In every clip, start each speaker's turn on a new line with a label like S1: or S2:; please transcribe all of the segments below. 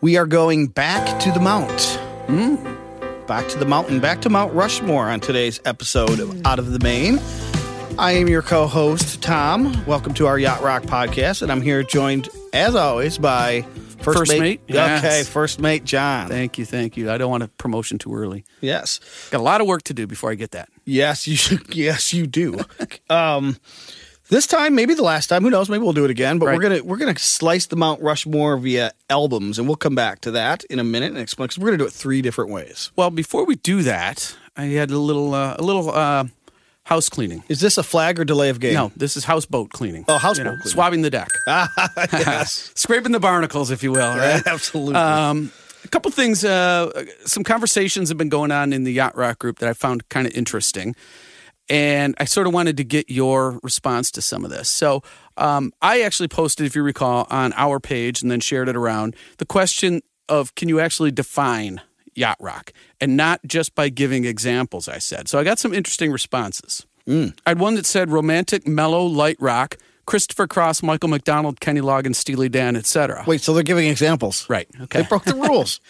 S1: We are going back to the mount. Hmm? Back to the mountain, back to Mount Rushmore on today's episode of Out of the Main. I am your co host, Tom. Welcome to our Yacht Rock podcast, and I'm here joined, as always, by First,
S2: First mate, yes.
S1: Okay, First Mate John.
S2: Thank you, thank you. I don't want a promotion too early.
S1: yes.
S2: Got a lot of work to do before I get that.
S1: Yes, you should. Yes, you do. um, this time, maybe the last time, who knows? Maybe we'll do it again. But we're
S2: Right.
S1: gonna we're gonna slice the Mount Rushmore via albums, and we'll come back to that in a minute and explain. Because we're gonna do it three different ways.
S2: Well, before we do that, I had a little uh, a little uh, house cleaning.
S1: Is this a flag or delay of game?
S2: No, this is houseboat cleaning.
S1: Oh, houseboat cleaning. Ah,
S2: swabbing the deck,
S1: yes,
S2: scraping the barnacles, if you will. Right?
S1: absolutely.
S2: Um, a couple things. Uh, some conversations have been going on in the yacht rock group that I found kind of interesting, and I sort of wanted to get your response to some of this. So um, I actually posted, if you recall, on our page and then shared it around the question of can you actually define yacht rock and not just by giving examples. I said so. I got some interesting responses. I had one that said romantic, mellow, light rock. Christopher Cross, Michael McDonald, Kenny Loggins, Steely Dan, etc.
S1: Wait, so they're giving examples.
S2: Right. Okay.
S1: They broke the rules.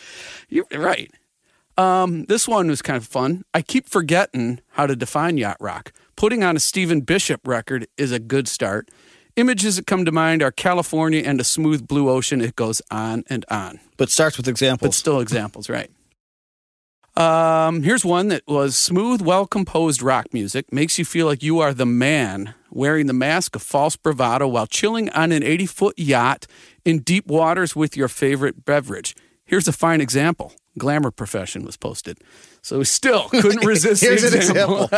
S2: You're right. Um, this one was kind of fun. I keep forgetting how to define yacht rock. Putting on a Stephen Bishop record is a good start. Images that come to mind are California and a smooth blue ocean. It goes on and on.
S1: but starts with
S2: But
S1: examples.
S2: still examples, right? Um, here's one that was smooth, well composed rock music makes you feel like you are the man wearing the mask of false bravado while chilling on an 80 foot yacht in deep waters with your favorite beverage. Here's a fine example. Glamour Profession was posted. So we still couldn't resist the
S1: Here's an
S2: example.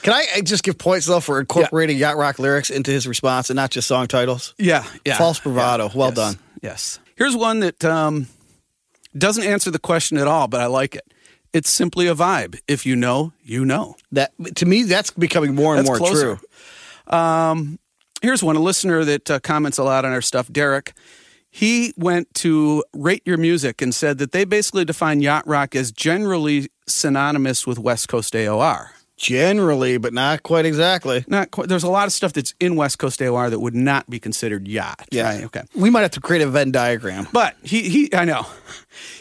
S1: Can I uh, just give points though for incorporating yacht rock lyrics into his response and not just song titles?
S2: Yeah, yeah.
S1: False bravado. Well
S2: yes,
S1: done.
S2: Yes. Here's one that um, doesn't answer the question at all, but I like it. It's simply a vibe. If you know, you know.
S1: That to me, that's becoming more and
S2: That's
S1: more
S2: closer.
S1: true.
S2: Here's one a listener that uh, comments a lot on our stuff, Derek. He went to Rate Your Music and said that they basically define yacht rock as generally synonymous with West Coast AOR.
S1: Generally, but not quite exactly.
S2: Not quite, there's a lot of stuff that's in West Coast AOR that would not be considered yacht.
S1: Yeah.
S2: right? Okay.
S1: We might have to create a Venn diagram.
S2: But he, he, I know.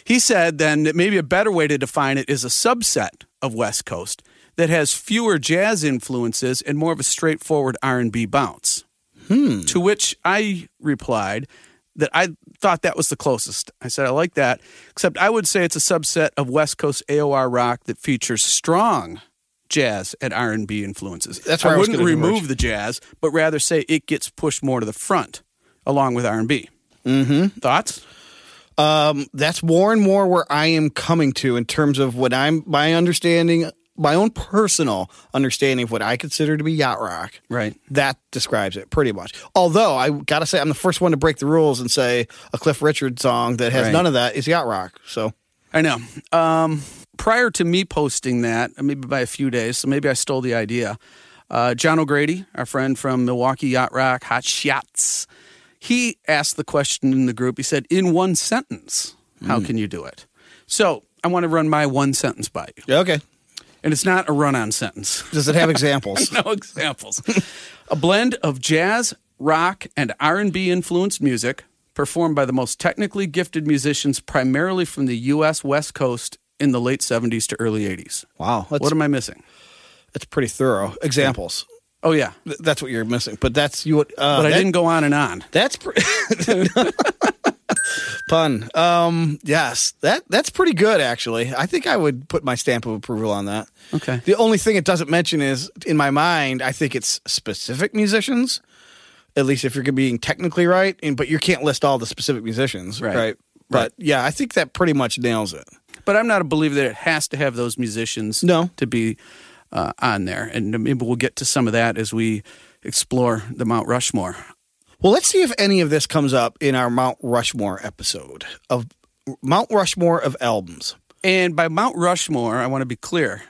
S2: He said then that maybe a better way to define it is a subset of West Coast that has fewer jazz influences and more of a straightforward R&B bounce. Hmm. To which I replied that I thought that was the closest. I said I like that, except I would say it's a subset of West Coast AOR rock that features strong jazz and R&B influences.
S1: That's where I was
S2: wouldn't
S1: gonna
S2: remove
S1: diverge.
S2: the jazz, but rather say it gets pushed more to the front along with R&B. Mm-hmm. Thoughts?
S1: Um, that's more and more where I am coming to in terms of what I'm my understanding, my own personal understanding of what I consider to be yacht rock.
S2: Right.
S1: That describes it pretty much. Although I gotta say, I'm the first one to break the rules and say a Cliff Richard song that has
S2: Right.
S1: none of that is yacht rock. So
S2: I know. Um, prior to me posting that, maybe by a few days, so maybe I stole the idea. Uh, John O'Grady, our friend from Milwaukee Yacht Rock, Hot Shots, he asked the question in the group. He said, "In one sentence, how can you do it?" So I want to run my one sentence by you,
S1: yeah, okay.
S2: and it's not a run-on sentence.
S1: Does it have examples?
S2: no examples. a blend of jazz, rock, and R&B influenced music performed by the most technically gifted musicians primarily from the US West Coast in the late 70s to early 80s.
S1: Wow, that's,
S2: what am I missing?
S1: that's pretty thorough. Examples.
S2: Oh yeah.
S1: Th- That's what you're missing. But that's you. Uh,
S2: But I
S1: that-
S2: didn't go on and on.
S1: That's pre- pun. Um, yes, that that's pretty good actually. I think I would put my stamp of approval on that.
S2: Okay.
S1: The only thing it doesn't mention is, in my mind, I think it's specific musicians. At least if you're being technically right, and but you can't list all the specific musicians, right?
S2: Right.
S1: But yeah, I think that pretty much nails it.
S2: But I'm not a believer that it has to have those musicians
S1: No.
S2: to be uh, on there. And maybe we'll get to some of that as we explore the Mount Rushmore.
S1: Well, let's see if any of this comes up in our Mount Rushmore episode of Mount Rushmore of albums.
S2: And by Mount Rushmore, I want to be clear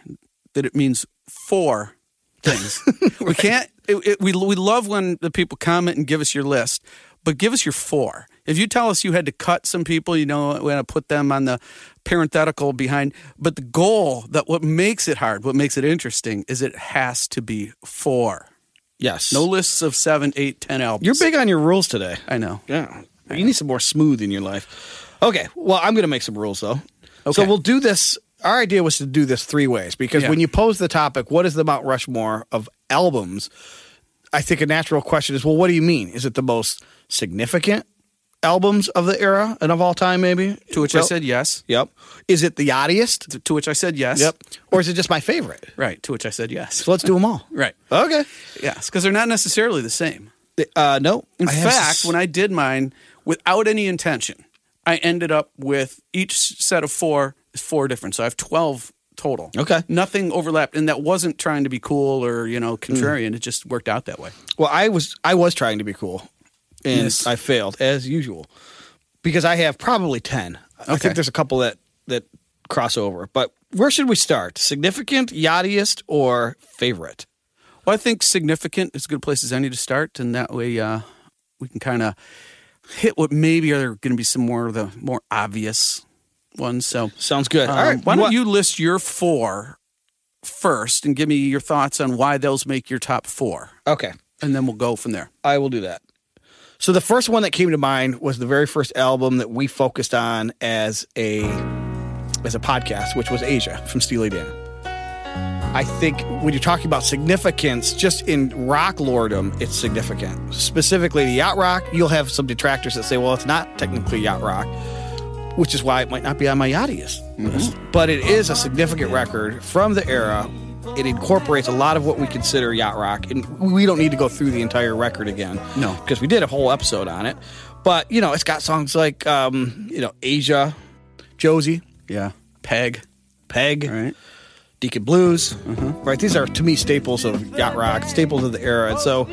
S2: that it means four things. We can't. It, it, we we love when the people comment and give us your list, but give us your four. If you tell us you had to cut some people, you know, we want to put them on the parenthetical behind. But the goal that what makes it hard, what makes it interesting, is it has to be four.
S1: Yes.
S2: No lists of seven, eight, ten albums.
S1: You're big on your rules today.
S2: I know.
S1: Yeah. You need some more smooth in your life. Okay. Well, I'm going to make some rules though. So
S2: Okay.
S1: we'll do this. Our idea was to do this three ways because
S2: Yeah.
S1: when you pose the topic, what is the Mount Rushmore of albums? I think a natural question is, well, what do you mean? Is it the most significant albums of the era and of all time, maybe?
S2: To which I
S1: Well,
S2: said yes.
S1: yep. Is it the oddiest?
S2: To which I said yes.
S1: Yep. Or is it just my favorite?
S2: Right. To which I said yes.
S1: So let's do them all.
S2: Right.
S1: Okay.
S2: Yes, because they're not necessarily the same.
S1: Uh, no.
S2: In
S1: I have
S2: fact,
S1: s-
S2: when I did mine without any intention, I ended up with each set of four is four different. So I have 12 total.
S1: Okay.
S2: Nothing overlapped. And that wasn't trying to be cool or, you know, contrarian. It just worked out that way.
S1: Well, I was I was trying to be cool, and
S2: Yes.
S1: I failed as usual because I have probably ten. I
S2: Okay.
S1: think there's a couple that that cross over. But where should we start? Significant, yachtiest, or favorite?
S2: Well, I think significant is a good place as any to start. And that way uh, we can kind of hit what maybe are going to be some more of the more obvious ones. So
S1: Sounds good. All
S2: Um,
S1: right,
S2: Why don't
S1: what-
S2: you list your four first and give me your thoughts on why those make your top four,
S1: Okay,
S2: and then we'll go from there.
S1: I will do that. So the first one that came to mind was the very first album that we focused on as a as a podcast, which was Asia from Steely Dan. I think when you're talking about significance, just in rock lordom, it's significant. Specifically, the yacht rock, you'll have some detractors that say, well, it's not technically yacht rock, which is why it might not be on my yachtiest list. But it is a significant record from the era. It incorporates a lot of what we consider yacht rock. And we don't need to go through the entire record again.
S2: No.
S1: Because we did a whole episode on it. But, you know, it's got songs like, um, you know, Asia, Josie,
S2: Yeah. Peg.
S1: Peg.
S2: All right. Uh-huh.
S1: Deacon Blues, right? These are to me staples of yacht rock, staples of the era. And so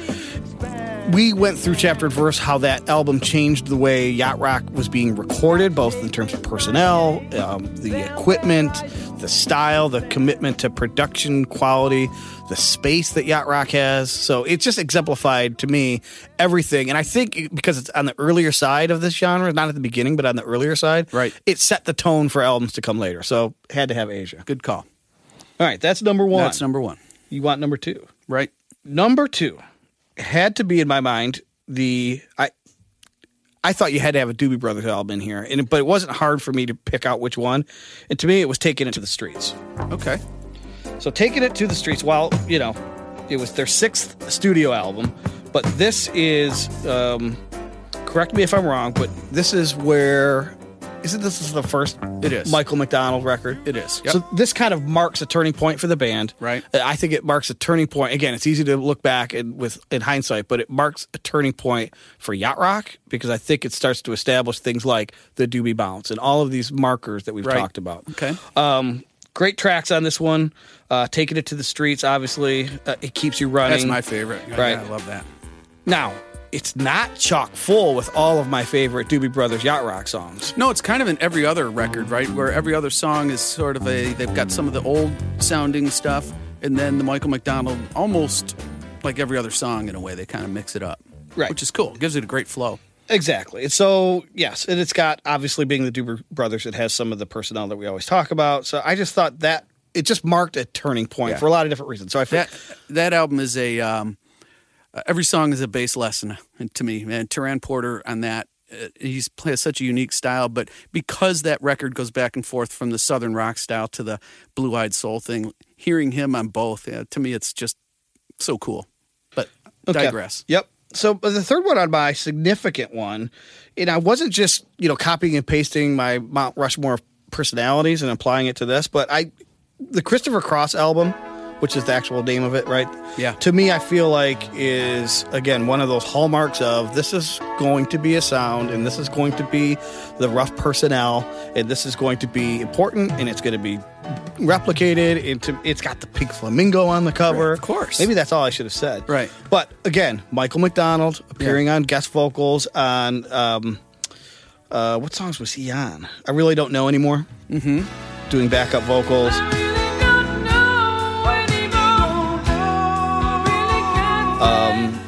S1: we went through chapter and verse how that album changed the way yacht rock was being recorded, both in terms of personnel, um, the equipment, the style, the commitment to production quality, the space that yacht rock has. So it just exemplified to me everything. And I think because it's on the earlier side of this genre, not at the beginning, but on the earlier side,
S2: Right.
S1: It set the tone for albums to come later. So had to have Asia.
S2: Good call.
S1: All right, that's number one.
S2: That's number one.
S1: you want number two.
S2: Right.
S1: Number two had to be in my mind the I. I thought you had to have a Doobie Brothers album in here, and but it wasn't hard for me to pick out which one. And to me, it was taking it to the streets.
S2: Okay.
S1: So taking it to the streets, while you know, it was their sixth studio album, but this is. Um, correct me if I'm wrong, but this is where. Isn't this the first
S2: It is.
S1: Michael McDonald record?
S2: It is. Yep.
S1: So this kind of marks a turning point for the band,
S2: Right.
S1: Uh, I think it marks a turning point. Again, it's easy to look back and with in hindsight, but it marks a turning point for yacht rock because I think it starts to establish things like the Doobie Bounce and all of these markers that we've
S2: Right.
S1: talked about.
S2: okay.
S1: Um, great tracks on this one. Uh, taking it to the streets, obviously, uh, it keeps you running.
S2: That's my favorite. Yeah,
S1: Right.
S2: yeah, I love that.
S1: Now, it's not chock full with all of my favorite Doobie Brothers yacht rock songs.
S2: No, it's kind of in every other record, right? Where every other song is sort of a they've got some of the old sounding stuff and then the Michael McDonald almost like every other song in a way they kind of mix it up.
S1: Right.
S2: Which is cool. Gives it a great flow.
S1: Exactly. And so, yes, and it's got obviously being the Duber brothers, it has some of the personnel that we always talk about. So I just thought that it just marked a turning point
S2: Yeah.
S1: for a lot of different reasons. So I feel,
S2: that that album is a um, uh, every song is a bass lesson to me man Teran Porter on that uh, he's plays such a unique style but because that record goes back and forth from the southern rock style to the blue-eyed soul thing hearing him on both yeah, to me it's just so cool but
S1: Okay.
S2: digress
S1: Yep. So but the third one on my significant one, and I wasn't just you know copying and pasting my Mount Rushmore of personalities and applying it to this, but I, the Christopher Cross album, which is the actual name of it, right?
S2: Yeah.
S1: To me, I feel like is again one of those hallmarks of this is going to be a sound, and this is going to be the rough personnel, and this is going to be important, and it's going to be replicated. And to, it's got the pink flamingo on the cover,
S2: Of course.
S1: Maybe that's all I should have said,
S2: Right.
S1: but again, Michael McDonald appearing on guest vocals on um, uh, what songs was he on? I really don't know anymore. Mm-hmm. Doing backup vocals.
S3: Um,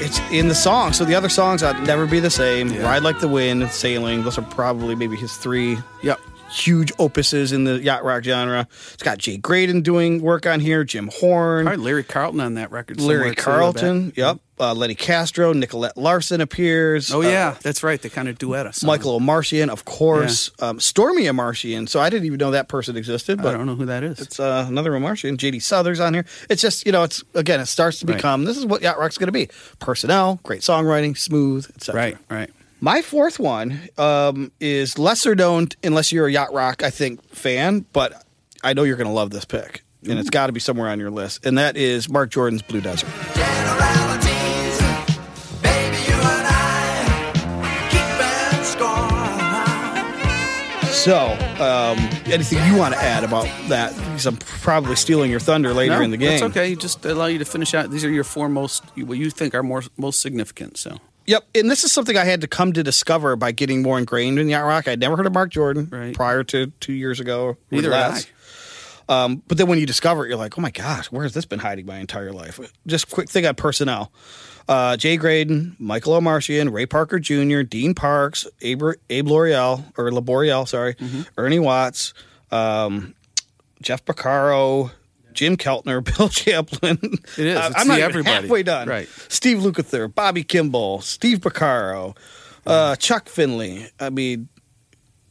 S1: It's in the song. So the other songs, I'd never be the same.
S2: Yeah.
S1: Ride like the wind, sailing. Those are probably maybe his three
S2: yep
S1: huge opuses in the yacht rock genre. It's got Jay Graydon doing work on here, Jim Horn,
S2: Probably Larry Carlton on that record. somewhere,
S1: Larry
S2: too, I bet.
S1: Carlton. Yep. Uh, Lenny Castro, Nicolette Larson appears.
S2: Oh
S1: Uh,
S2: yeah, that's right. They kind of duet us.
S1: Michael O'Marcian, of course. Um, Stormy O'Marcian. So I didn't even know that person existed,
S2: I
S1: but
S2: don't know who that is.
S1: it's uh, another O'Marcian. JD Southers on here. It's just, you know, it's again, it starts to
S2: Right.
S1: become this is what Yacht Rock's going to be personnel, great songwriting, smooth, etc.
S2: Right, right.
S1: My fourth one um, is lesser known, unless you're a Yacht Rock, I think, fan, but I know you're going to love this pick. And
S2: Mm-hmm.
S1: it's got to be somewhere on your list. And that is Mark Jordan's Blue Desert.
S4: Generalities, baby, you and I keep in score.
S1: So, um, anything you want to add about that? Because I'm probably stealing your thunder later in the game.
S2: That's okay. You just allow you to finish out. These are your four most what you think are more most significant. So
S1: Yep, and this is something I had to come to discover by getting more ingrained in yacht rock. I'd never heard of Mark Jordan
S2: Right.
S1: prior to two years ago. or
S2: Neither had
S1: less. Um, but then when you discover it, you're like, oh my gosh, where has this been hiding my entire life? Just quick thing on personnel: uh, Jay Graydon, Michael O'Marcian, Ray Parker Jr., Dean Parks, Abe, Abe L'Oreal or Laboriel, sorry,
S2: Mm-hmm.
S1: Ernie Watts, um, Jeff Beccaro. Jim Keltner, Bill Champlin.
S2: It is.
S1: Uh,
S2: It's
S1: I'm not
S2: the
S1: even
S2: everybody.
S1: halfway done.
S2: Right.
S1: Steve Lukather, Bobby Kimball, Steve Picaro, uh, Chuck Finley. I mean,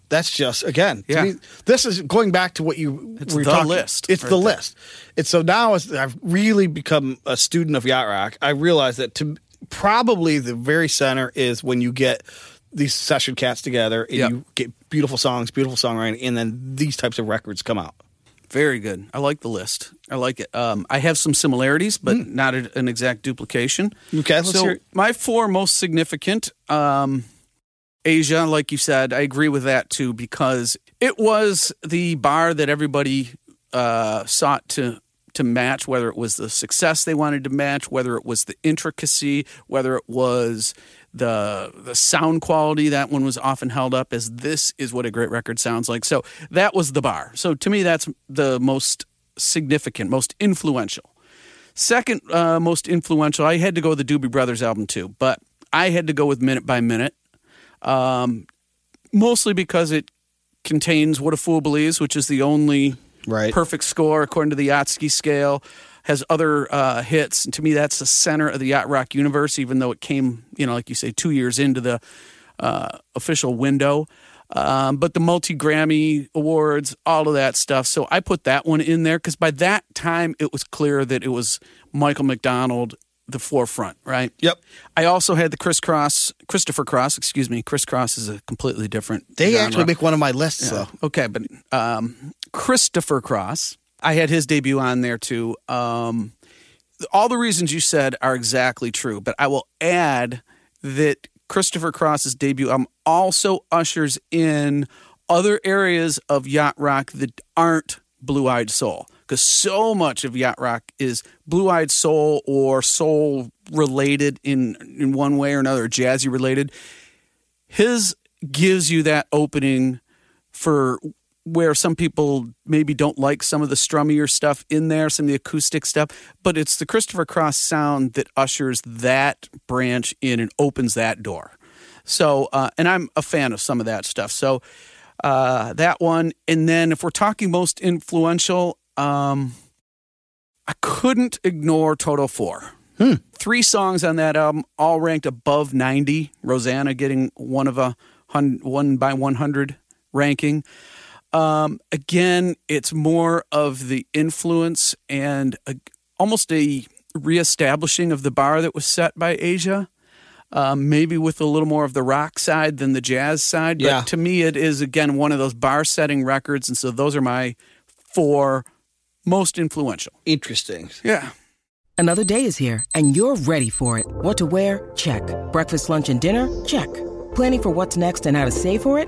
S1: that's just again. to
S2: Yeah.
S1: me, this is going back to what you.
S2: It's
S1: we were
S2: the
S1: talking-
S2: list
S1: It's
S2: right
S1: the
S2: there.
S1: list. It's so now as I've really become a student of yacht rock, I realize that to probably the very center is when you get these session cats together and
S2: Yep.
S1: you get beautiful songs, beautiful songwriting, and then these types of records come out.
S2: Very good. I like the list. I like it. Um, I have some similarities, but
S1: Hmm.
S2: not a, an exact duplication.
S1: Okay, let's
S2: so
S1: hear it.
S2: my four most significant, um, Asia, like you said, I agree with that too because it was the bar that everybody uh, sought to to match. Whether it was the success they wanted to match, whether it was the intricacy, whether it was the the sound quality, that one was often held up as this is what a great record sounds like. So that was the bar. So to me, that's the most significant, most influential. Second uh, most influential, I had to go with the Doobie Brothers album too, but I had to go with Minute by Minute, um, mostly because it contains What a Fool Believes, which is the only
S1: Right.
S2: perfect score according to the Yatsky scale. Has other uh, hits, and to me, that's the center of the yacht rock universe. Even though it came, you know, like you say, two years into the uh, official window. Um, but the multi Grammy awards, all of that stuff. So I put that one in there because by that time it was clear that it was Michael McDonald the forefront, right?
S1: Yep.
S2: I also had the Chris Cross, Christopher Cross, excuse me. Chris Cross is a completely different.
S1: They
S2: genre.
S1: actually make one of my lists, though.
S2: Okay, but um, Christopher Cross, I had his debut on there too. Um, all the reasons you said are exactly true, but I will add that Christopher Cross's debut um, also ushers in other areas of yacht rock that aren't Blue Eyed Soul. Because so much of yacht rock is blue eyed soul or soul related in, in one way or another, jazzy related his gives you that opening for where some people maybe don't like some of the strummier stuff in there, some of the acoustic stuff, but it's the Christopher Cross sound that ushers that branch in and opens that door. So, uh, and I'm a fan of some of that stuff. So, uh, that one. And then if we're talking most influential, um, I couldn't ignore Total Four three songs on that album, all ranked above 90. Rosanna getting one of a hun- one by 100 ranking. Um, again, it's more of the influence and a, almost a reestablishing of the bar that was set by Asia. Um, maybe with a little more of the rock side than the jazz side. But
S1: Yeah.
S2: to me, it is, again, one of those bar setting records. And so those are my four most influential.
S1: Interesting.
S2: Yeah.
S5: Another day is here, and you're ready for it. What to wear? Check. Breakfast, lunch, and dinner? Check. Planning for what's next and how to save for it?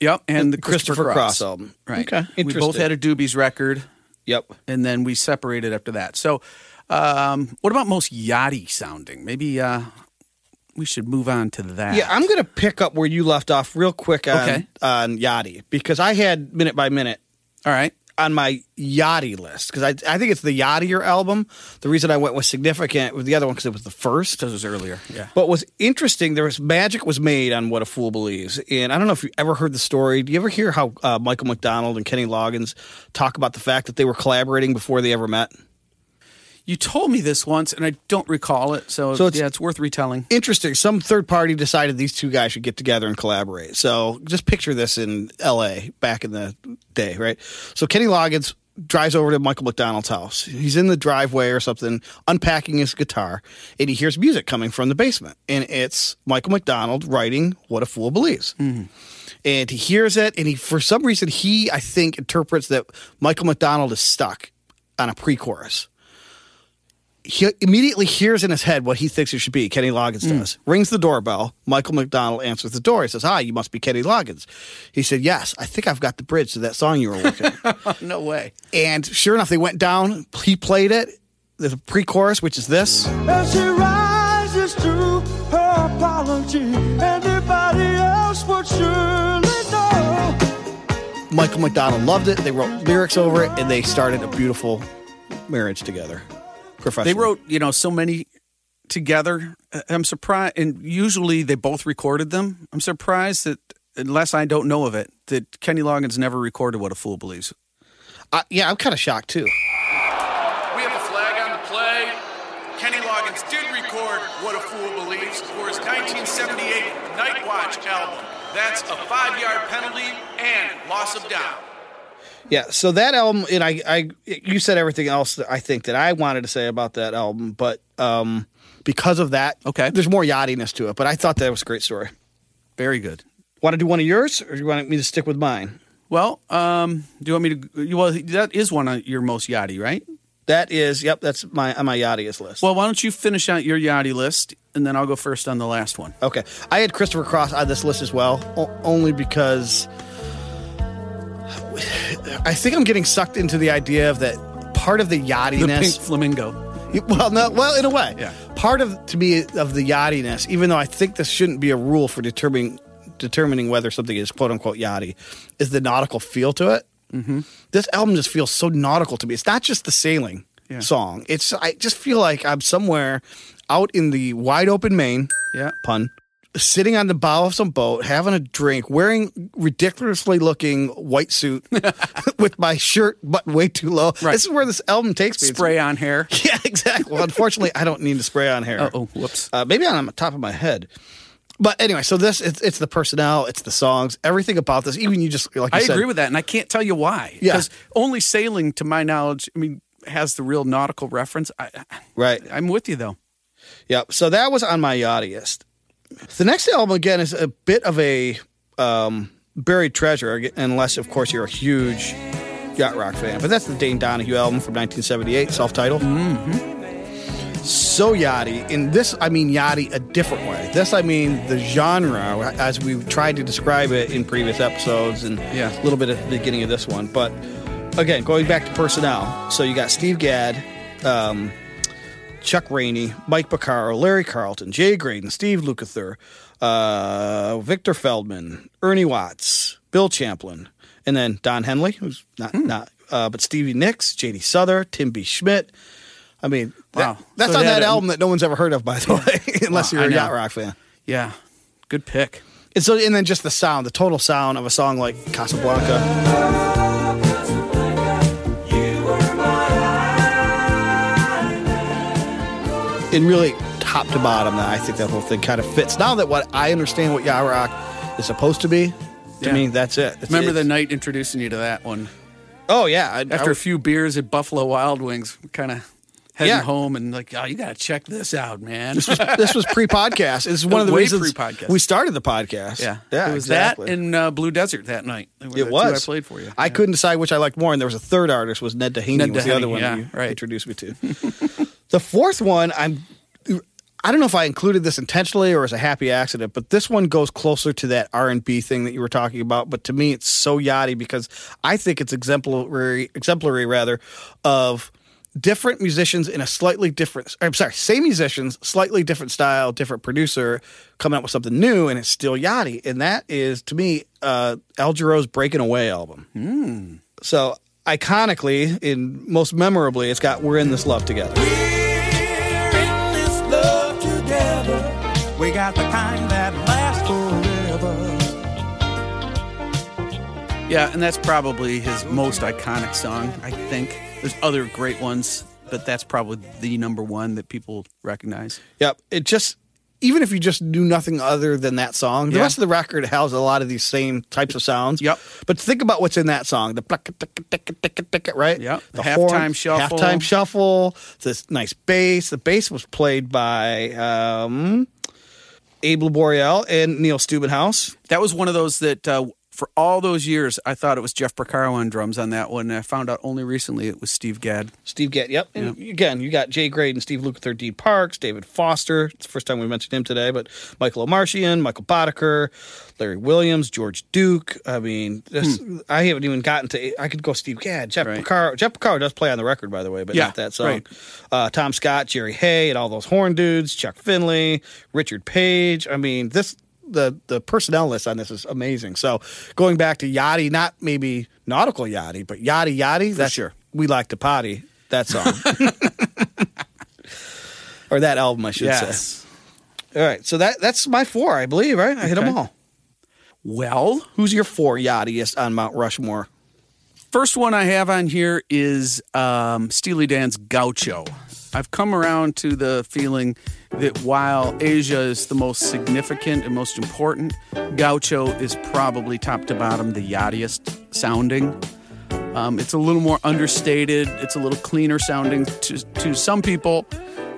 S2: Yep, and the
S1: Christopher
S2: Christopher,
S1: Cross
S2: Cross.
S1: album.
S2: Right.
S1: Okay,
S2: We both
S1: interesting.
S2: had a Doobies record.
S1: Yep.
S2: and then we separated after that. So, um, what about most yachty sounding? Maybe uh, we should move on to that.
S1: Yeah, I'm going to pick up where you left off real quick on,
S2: Okay.
S1: on Yachty because I had minute by minute
S2: All right.
S1: on my Yachty list because I, I think it's the Yachtier album. The reason I went with Significant with the other one because it was the first.
S2: Because it was earlier. Yeah.
S1: But what's interesting, there was magic was made on what a fool believes, and I don't know if you ever heard the story. Do you ever hear how uh, Michael McDonald and Kenny Loggins talk about the fact that they were collaborating before they ever met?
S2: You told me this once, and I don't recall it. So,
S1: So it's-
S2: yeah, it's worth retelling.
S1: Interesting. Some third party decided these two guys should get together and collaborate. So just picture this in L.A. back in the day, right? So Kenny Loggins drives over to Michael McDonald's house. He's in the driveway or something, unpacking his guitar, and he hears music coming from the basement, and it's Michael McDonald writing "What a Fool Believes." and he hears it and he for some reason he i think interprets that michael mcdonald is stuck on a pre-chorus he immediately hears in his head what he thinks it should be kenny loggins
S2: Mm.
S1: does rings the doorbell michael mcdonald answers the door he says hi you must be kenny loggins he said yes i think i've got the bridge to that song you were working on
S2: No way.
S1: and sure enough they went down he played it the pre-chorus which is this
S6: As she rises to her apology, anybody else would surely know.
S1: michael mcdonald loved it they wrote lyrics over it and they started a beautiful marriage together
S2: They
S1: Professional.
S2: wrote, you know, so many together. I- I'm surprised. And usually they both recorded them. I'm surprised that, unless I don't know of it, that Kenny Loggins never recorded What a Fool Believes.
S1: Uh, yeah, I'm kind of shocked too.
S7: We have a flag on the play. Kenny Loggins did record What a Fool Believes for his 1978 Night Watch album. That's a five yard penalty and loss of down.
S1: Yeah, so that album, and I, I, you said everything else that I think that I wanted to say about that album, but um, because of that,
S2: Okay.
S1: there's more yachtiness to it. But I thought that was a great story.
S2: Very good.
S1: Want to do one of yours, or do you want me to stick with mine?
S2: Well, um, do you want me to? you- Well, that is one of your most yachty, right?
S1: That is, yep, that's my on my yachtiest list.
S2: Well, why don't you finish out your yachty list, and then I'll go first on the last one.
S1: Okay. I had Christopher Cross on this list as well, o- only because I think I'm getting sucked into the idea of that part of the
S2: The
S1: yachtiness.
S2: pink flamingo.
S1: Well, no, well, in a way,
S2: Yeah.
S1: Part of to me of the yachtiness, even though I think this shouldn't be a rule for determining determining whether something is quote unquote yachty, is the nautical feel to it. Mm-hmm. This album just feels so nautical to me. It's not just the sailing
S2: Yeah.
S1: song. It's I just feel like I'm somewhere out in the wide open main
S2: Yeah.
S1: pun. Sitting on the bow of some boat, having a drink, wearing ridiculously looking white suit with my shirt button way too low.
S2: Right.
S1: This is where this album takes me. It's-
S2: Spray on hair.
S1: yeah, exactly. Well, unfortunately, I don't need to spray on hair.
S2: Uh oh. Whoops.
S1: Uh, maybe on the top of my head. But anyway, so this it's, it's the personnel, it's the songs, everything about this. Even you just like you
S2: I
S1: said,
S2: agree with that, and I can't tell you why.
S1: Yeah.
S2: Because only sailing, to my knowledge, I mean, has the real nautical reference. I, I-
S1: right.
S2: I'm with you though.
S1: Yep. So that was on my yachtiest. The next album again is a bit of a um, buried treasure, unless of course you're a huge yacht rock fan. But that's the Dane Donahue album from 1978, self-titled. Mm-hmm. So yachty. In this, I mean yachty a different way. This, I mean the genre as we tried to describe it in previous episodes and
S2: Yeah.
S1: a little bit at the beginning of this one. But again, going back to personnel. So you got Steve Gadd. Um, Chuck Rainey, Mike Beccaro, Larry Carlton, Jay Graydon, Steve Lukather, uh, Victor Feldman, Ernie Watts, Bill Champlin, and then Don Henley, who's not
S2: Hmm.
S1: not, uh, but Stevie Nicks, J.D. Souther, Tim B. Schmidt. I mean, that-
S2: Wow.
S1: that's
S2: So
S1: on
S2: they had
S1: that
S2: a-
S1: album that no one's ever heard of, by the way, unless
S2: Wow,
S1: you're a
S2: I know.
S1: yacht rock fan.
S2: Yeah. Good pick.
S1: And so, and then just the sound, the total sound of a song like Casablanca. And really, top to bottom, I think that whole thing kind of fits. Now that what I understand what Yacht Rock is supposed to be, to
S2: Yeah.
S1: me, that's it. It's-
S2: Remember the
S1: it's-
S2: night introducing you to that one.
S1: Oh yeah, I,
S2: After
S1: I-
S2: a few beers at Buffalo Wild Wings, kind of heading
S1: Yeah.
S2: home and like, oh, you gotta check this out, man.
S1: this was pre-podcast. It's one of the
S2: Way
S1: reasons
S2: pre-podcast.
S1: we started the podcast.
S2: Yeah,
S1: yeah,
S2: It was
S1: exactly.
S2: that and uh, Blue Desert that night. They were the
S1: It
S2: two
S1: was.
S2: I played for you.
S1: I couldn't decide which I liked more, and there was a third artist was Ned Dehaney.
S2: Ned
S1: was the
S2: Dehaney,
S1: other one
S2: yeah,
S1: you
S2: right.
S1: introduced me to. the fourth one, I'm I don't know if I included this intentionally or as a happy accident, but this one goes closer to that R and B thing that you were talking about. But to me, it's so yachty because I think it's exemplary, exemplary rather, of different musicians in a slightly different. I'm sorry, same musicians, slightly different style, different producer, coming up with something new, and it's still yachty. And that is to me, uh, Al Jarreau's "Breaking Away" album. So iconically, and most memorably, it's got "We're in This Love Together."
S4: We're in this love together. We got the kind that lasts forever.
S2: Yeah, and that's probably his most iconic song, I think. There's other great ones, but that's probably the number one that people recognize.
S1: Yep. It just even if you just do nothing other than that song, the
S2: Yeah.
S1: rest of the record has a lot of these same types of sounds.
S2: Yep.
S1: But think about what's in that song: the pluck, tick, tick, tick, tick, right?
S2: Yep.
S1: The
S2: Halftime
S1: horn,
S2: shuffle.
S1: halftime shuffle. This nice bass. The bass was played by um, Abel Boreal and Neil Steubenhouse.
S2: That was one of those that uh, for all those years I thought it was Jeff Porcaro on drums on that one. and I found out only recently it was Steve Gadd.
S1: Steve Gadd. Yep. And again, you got Jay Grade and Steve Lukather, D. Parks, David Foster. It's the first time we mentioned him today, but Michael Omarcian, Michael Boddicker, Larry Williams, George Duke. I mean, this, I haven't even gotten to. I could go Steve Gadd, Jeff
S2: Hmm. Right.
S1: Porcaro. Jeff Porcaro does play on the record, by the way, but
S2: Yeah,
S1: not that song.
S2: right.
S1: Uh, Tom Scott, Jerry Hay, and all those horn dudes. Chuck Finley, Richard Page. I mean, this. The, the personnel list on this is amazing. So going back to yachty, not maybe nautical yachty, but yachty yachty. that's
S2: sure.
S1: we like to potty. That song. or that album, I should say. All right. So that that's my four, I believe, right? I hit them
S2: Okay.
S1: all.
S2: Well,
S1: Who's your four yachtiest on Mount Rushmore?
S2: First one I have on here is um, Steely Dan's Gaucho. I've come around to the feeling that while Asia is the most significant and most important, Gaucho is probably top to bottom the yachtiest sounding. Um, it's a little more understated, it's a little cleaner sounding to, to some people.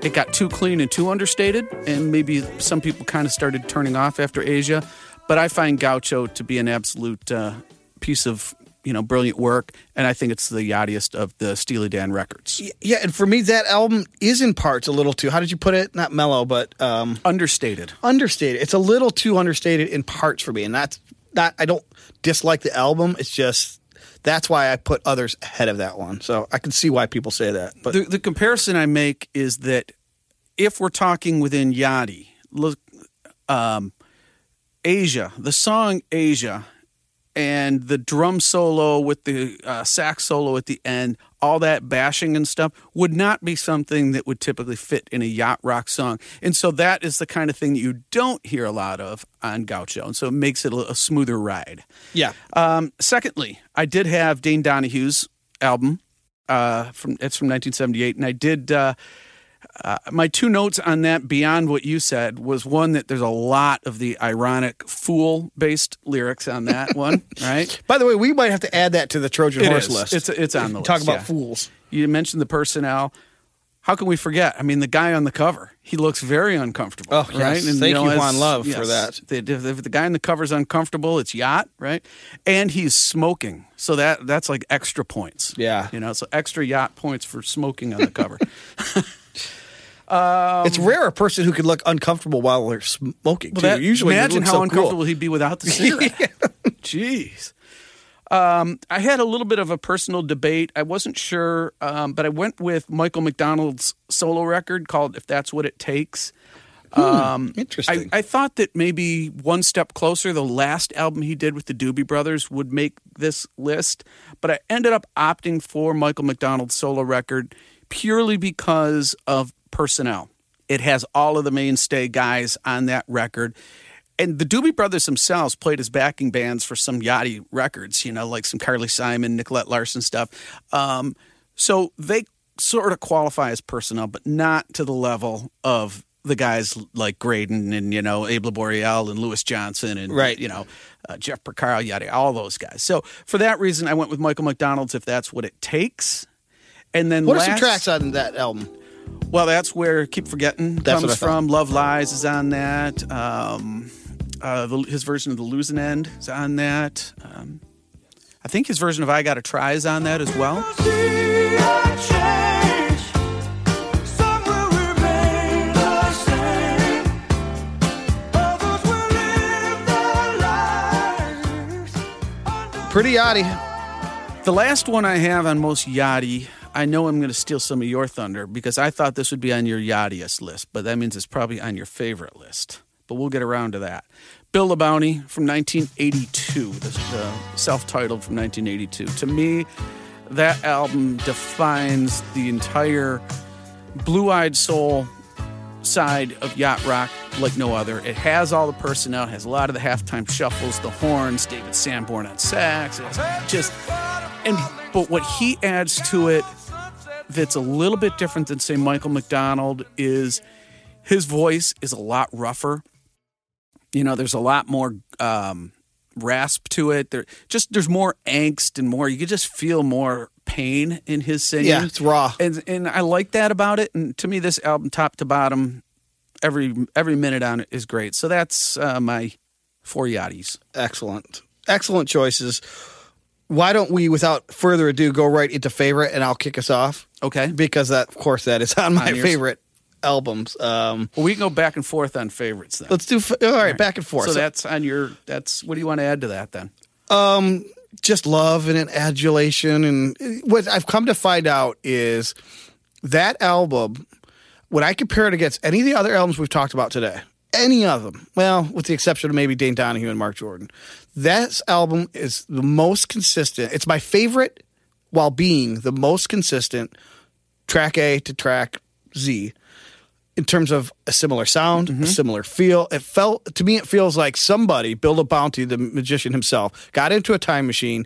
S2: It got too clean and too understated, and maybe some people kind of started turning off after Asia. But I find Gaucho to be an absolute uh, piece of you know brilliant work, and I think it's the yachtiest of the Steely Dan records.
S1: Yeah, and for me, that album is in parts a little too. How did you put it? Not mellow, but um,
S2: Understated.
S1: understated. It's a little too understated in parts for me, and that's not. I don't dislike the album. It's just that's why I put others ahead of that one. So I can see why people say that. But
S2: the, the comparison I make is that if we're talking within Yachty, look, um, Asia, the song Asia, and the drum solo with the uh, sax solo at the end, all that bashing and stuff would not be something that would typically fit in a yacht rock song. And so that is the kind of thing that you don't hear a lot of on Gaucho. And so it makes it a, a smoother ride.
S1: yeah,
S2: Um, secondly, I did have Dane Donahue's album. Uh, from it's from 1978, and I did uh, uh, my two notes on that. Beyond what you said was one that there's a lot of the ironic fool-based lyrics on that one, right?
S1: By the way, we might have to add that to the Trojan
S2: It
S1: horse
S2: is.
S1: list.
S2: It's- it's on the
S1: Talk
S2: list,
S1: about
S2: yeah.
S1: fools.
S2: You mentioned the personnel. How can we forget? I mean, the guy on the cover, he looks very uncomfortable.
S1: Oh, yes.
S2: right?
S1: Thank you,
S2: as-
S1: Juan Love, for that.
S2: the- If, if the guy on the cover's uncomfortable, it's yacht, right? And he's smoking, so that that's like extra points.
S1: Yeah.
S2: you know, so extra yacht points for smoking on the cover. Um,
S1: it's rare a person who could look uncomfortable while they're smoking. too.
S2: that-
S1: Usually, they
S2: imagine
S1: look
S2: how
S1: so cool.
S2: uncomfortable he'd be without the cigarette. Jeez. Um, I had a little bit of a personal debate. I wasn't sure, um, but I went with Michael McDonald's solo record called "If That's What It Takes." I,
S1: Interesting.
S2: I thought that maybe one step closer, the last album he did with the Doobie Brothers would make this list, but I ended up opting for Michael McDonald's solo record purely because of personnel. It has all of the mainstay guys on that record. And the Doobie Brothers themselves played as backing bands for some Yachty records, you know, like some Carly Simon, Nicolette Larson stuff. Um, so they sort of qualify as personnel, but not to the level of the guys like Graydon and you know Abel Boreal and Lewis Johnson and
S1: Right.
S2: you know uh, Jeff Porcaro, yada, all those guys. So for that reason, I went with Michael McDonald's if that's what it takes. And then
S1: what are
S2: last,
S1: some tracks on that album?
S2: Well, that's where keep forgetting
S1: That's what I
S2: comes
S1: thought.
S2: from. Love Lies is on that. Um, uh, the, his version of the Losing End is on that. Um, I think his version of I Gotta Try is on that as well.
S4: See a change. Some will remain the same.
S1: Pretty yachty.
S2: The last one I have on most yachty, I know I'm going to steal some of your thunder because I thought this would be on your yachtiest list, but that means it's probably on your favorite list. But we'll get around to that. Bill the Bounty from 1982, the, the self-titled from 1982. To me, that album defines the entire blue-eyed soul side of yacht rock like no other. It has all the personnel, has a lot of the halftime shuffles, the horns, David Sanborn on sax, it's just and but what he adds to it that's a little bit different than say Michael McDonald is his voice is a lot rougher. You know, there's a lot more um, rasp to it. There just there's more angst and more. You could just feel more pain in his singing.
S1: Yeah, it's raw.
S2: And and I like that about it. And to me, this album, top to bottom, every every minute on it is great. So that's uh, my four yachties.
S1: Excellent. Excellent choices. Why don't we, without further ado, go right into favorite and I'll kick us off
S2: Okay,
S1: because that, of course, that is on my
S2: On yours.
S1: favorite albums. Um,
S2: well, we can go back and forth on favorites then.
S1: let's do, f- all right, back and forth.
S2: so that's on your. That's what do you want to add to that then?
S1: just love and an adulation and what I've come to find out is that album when I compare it against any of the other albums we've talked about today any of them well with the exception of maybe Dane Donahue and Mark Jordan this album is the most consistent it's my favorite while being the most consistent track A to track Z in terms of a similar sound, a similar feel. It felt to me, it feels like somebody, Bill Bounty, the magician himself, got into a time machine,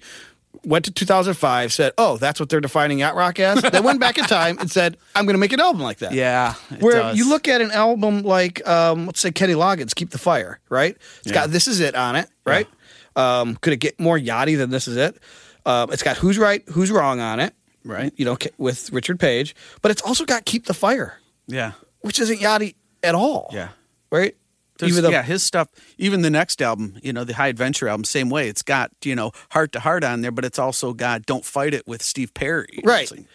S1: went to 2005, said, "Oh, that's what they're defining yacht rock as." then went back in time and said, "I'm going to make an album like that."
S2: Yeah, it
S1: Where
S2: does.
S1: you look at an album like, um, let's say Kenny Loggins, "Keep the Fire," right? It's got "This Is It" on it, right? Um, could it get more yachty than "This Is It"? Um, it's got "Who's Right, Who's Wrong" on it,
S2: Right.
S1: You know, K- with Richard Page, but it's also got "Keep the Fire,"
S2: Yeah,
S1: which isn't yachty at all.
S2: Yeah.
S1: Right?
S2: There's-
S1: Even though
S2: yeah, his stuff. Even the next album, you know, the High Adventure album, same way. It's got you know heart to heart on there, but it's also got Don't Fight It with Steve Perry.
S1: Right.
S2: It's like-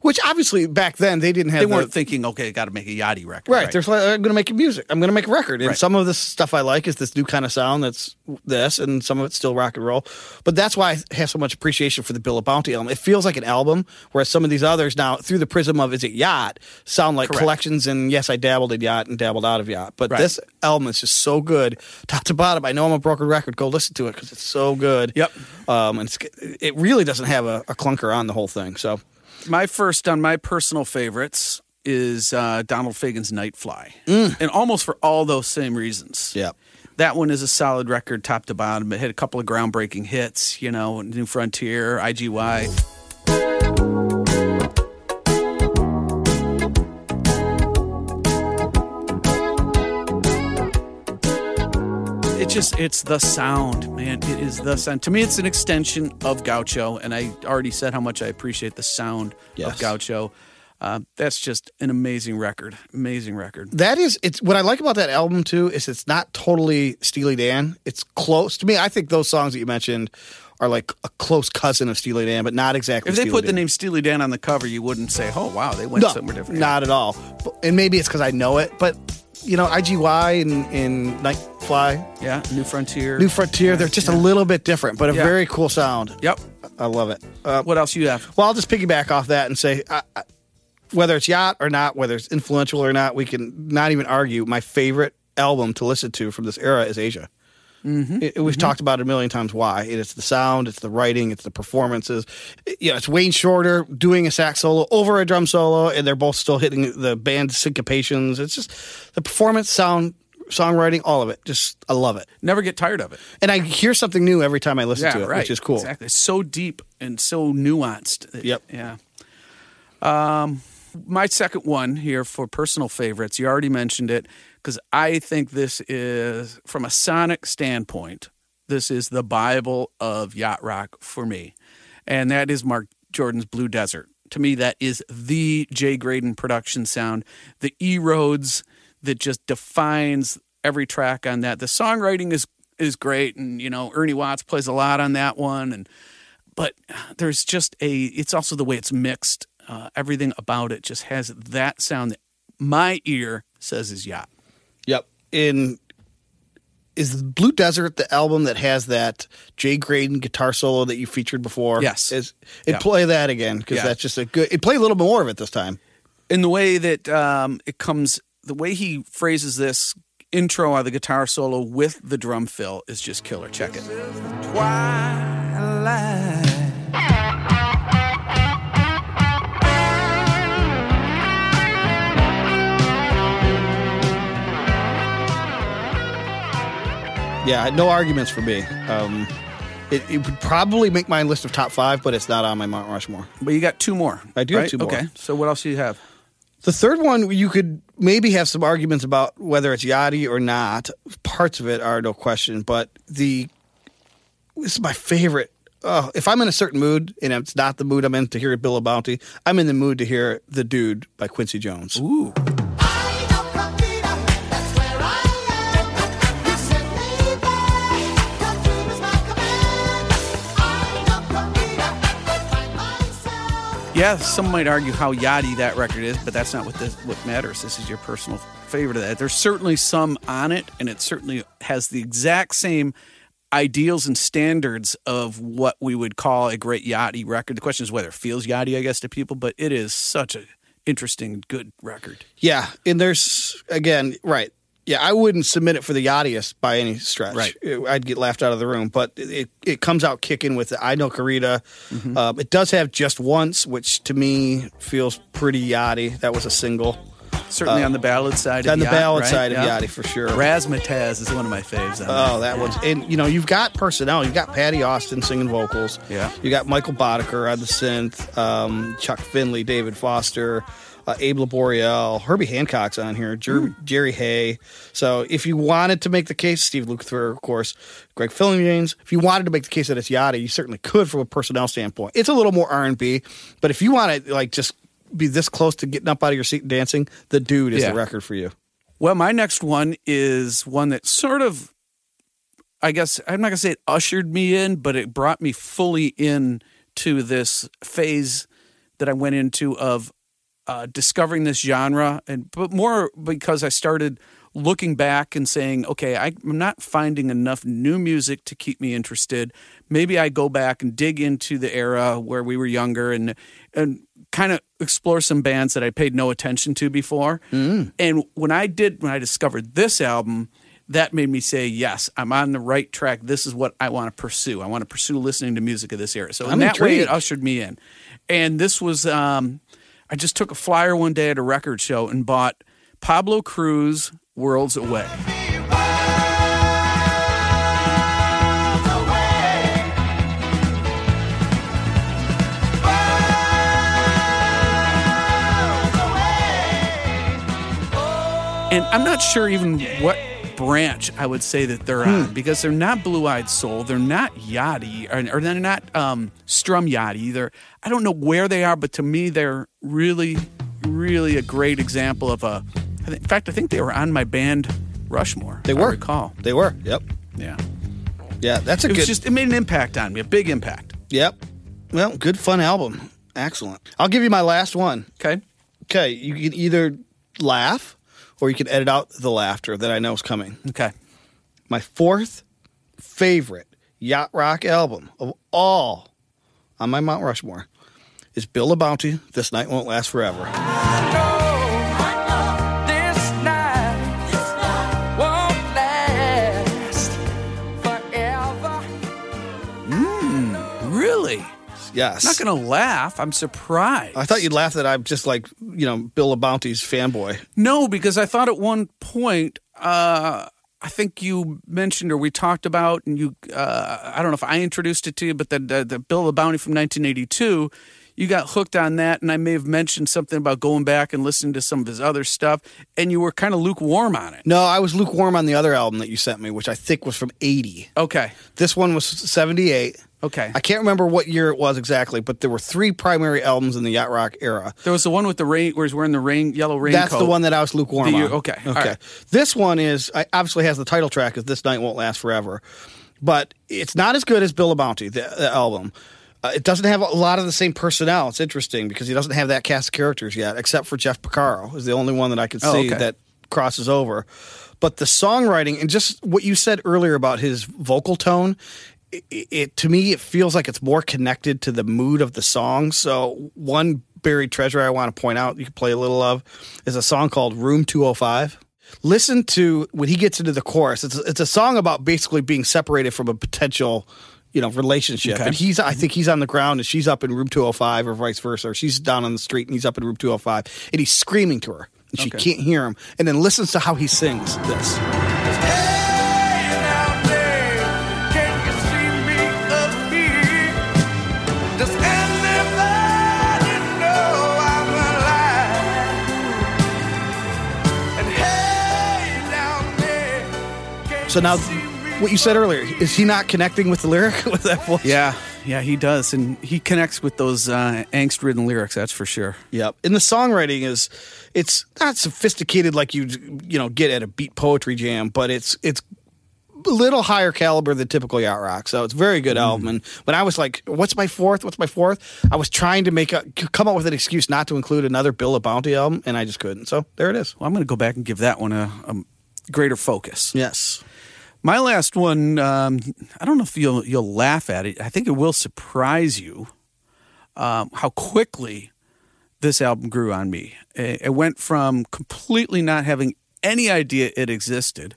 S1: Which obviously back then they didn't have
S2: they
S1: the-
S2: weren't thinking, okay, got to make a yachty record.
S1: Right. There's like, I'm going to make music. I'm going to make a record. And
S2: Right.
S1: some of this stuff I like is this new kind of sound that's this, and some of it's still rock and roll. But that's why I have so much appreciation for the Bill of Bounty album. It feels like an album, whereas some of these others now, through the prism of is it yacht, sound like
S2: Correct.
S1: collections. And yes, I dabbled in yacht and dabbled out of yacht. But
S2: Right.
S1: this album is just so good, top to bottom. I know I'm a broken record. Go listen to it because it's so good.
S2: Yep.
S1: Um, and it's, it really doesn't have a, a clunker on the whole thing. So
S2: my first on my personal favorites is uh, Donald Fagen's Nightfly,
S1: Mm.
S2: and almost for all those same reasons.
S1: Yeah.
S2: that one is a solid record, top to bottom. It had a couple of groundbreaking hits, you know, New Frontier, IGY. It just it's the sound, man. It is the sound. To me, it's an extension of Gaucho, and I already said how much I appreciate the sound
S1: Yes.
S2: of Gaucho. Uh, that's just an amazing record. Amazing record.
S1: That is, it's what I like about that album too is it's not totally Steely Dan. It's close to me. I think those songs that you mentioned are like a close cousin of Steely Dan, but not exactly.
S2: If they
S1: Steely
S2: put the
S1: Dan.
S2: name Steely Dan on the cover, you wouldn't say, "Oh wow, they went
S1: no,
S2: somewhere different."
S1: not at all. But- And maybe it's because I know it, but you know, IGY and, and Nightfly,
S2: Yeah, New Frontier.
S1: New Frontier, they're just a little bit different, but a
S2: Yeah.
S1: very cool sound.
S2: Yep.
S1: I love it. Uh,
S2: What else you have?
S1: well, I'll just piggyback off that and say, I, I, whether it's yacht or not, whether it's influential or not, we can not even argue. My favorite album to listen to from this era is Asia.
S2: Mm-hmm.
S1: It- we've talked about it a million times. Why? It is the sound, it's the writing, it's the performances. It- you know, it's Wayne Shorter doing a sax solo over a drum solo, and they're both still hitting the band syncopations. It's just the performance, sound, songwriting, all of it. Just I love it,
S2: Never get tired of it.
S1: and I hear something new every time I listen
S2: Yeah,
S1: to it,
S2: right.
S1: which is cool.
S2: Exactly. It's so deep and so nuanced. It-
S1: Yep.
S2: Yeah. Um, my second one here for personal favorites. You already mentioned it because I think this is, from a sonic standpoint, this is the Bible of yacht rock for me, and that is Mark Jordan's Blue Desert. To me, that is the Jay Graydon production sound, the E Roads that just defines every track on that. The songwriting is is great, and you know Ernie Watts plays a lot on that one, and but there's just a it's also the way it's mixed uh, everything about it just has that sound that my ear says is yacht
S1: Yep. In is Blue Desert the album that has that Jay Graydon guitar solo that you featured before?
S2: Yes.
S1: Is it
S2: Yeah.
S1: play that again because
S2: Yeah.
S1: that's just a good. It play a little bit more of it this time.
S2: in the way that um, it comes, the way he phrases this intro of the guitar solo with the drum fill is just killer. Check it.
S4: Twilight.
S1: Yeah, no arguments for me. Um, it, it would probably make my list of top five, but it's not on my Mount Rushmore.
S2: But you got two more.
S1: I do have two more.
S2: Okay. So what else do you have?
S1: The third one, you could maybe have some arguments about whether it's Yachty or not. Parts of it are no question, but the this is my favorite. Oh, if I'm in a certain mood and it's not the mood I'm in to hear Bill of Bounty, I'm in the mood to hear The Dude by Quincy Jones.
S2: Yeah, some might argue how yachty that record is, but that's not what this, what matters. This is your personal favorite of that. There's certainly some on it, and it certainly has the exact same ideals and standards of what we would call a great yachty record. The question is whether it feels yachty, I guess, to people, but it is such a interesting, good record.
S1: Yeah, and there's again, right? Yeah, I wouldn't submit it for the yachtiest by any stretch.
S2: Right.
S1: It- I'd get laughed out of the room. But it it comes out kicking with I know Carita.
S2: Mm-hmm.
S1: Um, it does have just once, which to me feels pretty yachty. That was a single
S2: Certainly on the ballad side.
S1: Uh, on
S2: of
S1: the
S2: yacht,
S1: ballad
S2: right?
S1: side of
S2: Yeah.
S1: yachty for sure.
S2: Razzmatazz is one of my faves. On
S1: Oh, that one's and you know you've got personnel. You've got Patty Austin singing vocals.
S2: Yeah.
S1: you got Michael Boddicker on the synth. Um, Chuck Finley, David Foster, uh, Abe Laboriel, Herbie Hancock's on here. Jer-
S2: Hmm.
S1: Jerry Hay. So if you wanted to make the case, Steve Lukather, of course, Greg James. If you wanted to make the case that it's Yachty, you certainly could from a personnel standpoint. It's a little more R and B, but if you want to like just be this close to getting up out of your seat and dancing, the dude is
S2: Yeah.
S1: the record for you.
S2: Well, my next one is one that sort of, I guess, I'm not going to say it ushered me in, but it brought me fully in to this phase that I went into of uh, discovering this genre, and but more because I started looking back and saying, okay, I, I'm not finding enough new music to keep me interested. Maybe I go back and dig into the era where we were younger and and kind of explore some bands that I paid no attention to before. And when I did, when I discovered this album. That made me say, yes, I'm on the right track. This is what I want to pursue. I want to pursue listening to music of this era. So, in
S1: I'm
S2: that way, it
S1: intrigued.
S2: ushered me in. And this was, um, I just took a flyer one day at a record show and bought Pablo Cruz Worlds Away. And I'm not sure even what branch I would say that they're
S1: Hmm.
S2: on because they're not Blue Eyed Soul, they're not Yachty, or, or they're not um, Strum Yachty. They're I don't know where they are, but to me they're really, really a great example of a. I thi- In fact, I think they were on my band Rushmore.
S1: They
S2: if
S1: were.
S2: I recall.
S1: They were. Yep.
S2: Yeah,
S1: Yeah, that's a
S2: it was
S1: good.
S2: just it made an impact on me, a big impact.
S1: Yep. Well, good fun album. Excellent. I'll give you my last one.
S2: Okay,
S1: Okay, you can either laugh or you can edit out the laughter that I know is coming.
S2: okay,
S1: My fourth favorite yacht rock album of all on my Mount Rushmore is Bill of Bounty. This night won't last forever.
S2: really.
S1: Yes.
S2: Not gonna laugh. I'm surprised.
S1: I thought you'd laugh that I'm just like you know Bill of Bounty's fanboy.
S2: No, because I thought at one point, uh, I think you mentioned or we talked about, and you, uh, I don't know if I introduced it to you, but the, the, the Bill of Bounty from 1982, you got hooked on that, and I may have mentioned something about going back and listening to some of his other stuff, and you were kind of lukewarm on it.
S1: No, I was lukewarm on the other album that you sent me, which I think was from '80.
S2: Okay.
S1: This one was '78.
S2: Okay.
S1: I can't remember what year it was exactly, but there were three primary albums in the yacht rock era.
S2: there was the one with the rain, where he's wearing the rain, yellow raincoat.
S1: That's the one that I was lukewarm
S2: The year-
S1: on.
S2: okay, all
S1: okay.
S2: right.
S1: This one is I obviously has the title track "Is This Night Won't Last Forever," but it's not as good as Bill of Bounty, the, the album. Uh, it doesn't have a lot of the same personnel. It's interesting because he doesn't have that cast of characters yet, except for Jeff Picaro is the only one that I could see
S2: Oh, okay.
S1: that crosses over. But the songwriting and just what you said earlier about his vocal tone, it, it to me it feels like it's more connected to the mood of the song. So one buried treasure I want to point out you can play a little of is a song called Room 205. Listen to when he gets into the chorus. It's it's a song about basically being separated from a potential you know relationship and he's i think he's on the ground and she's up in room 205 or vice versa or she's down on the street and he's up in room 205 and he's screaming to her and she can't hear him and then listens to how he sings this
S7: Hey, now, babe, can you see me up here? Does anybody know I'm alive? And hey, now, babe, can
S1: so now
S7: you see me
S1: what you said earlier is he not connecting with the lyric with that voice
S2: Yeah, yeah, he does, and he connects with those uh, angst-ridden lyrics. That's for sure.
S1: Yep. And the songwriting is it's not sophisticated like you you know get at a beat poetry jam, but it's it's a little higher caliber than typical yacht rock. So it's a very good album. And when I was like, "What's my fourth? What's my fourth? I was trying to make a come up with an excuse not to include another Bill of Bounty album, and I just couldn't. So there it is.
S2: Well, I'm going to go back and give that one a, a greater focus.
S1: Yes.
S2: My last one, um, I don't know if you'll you'll laugh at it. I think it will surprise you um, how quickly this album grew on me. It, it went from completely not having any idea it existed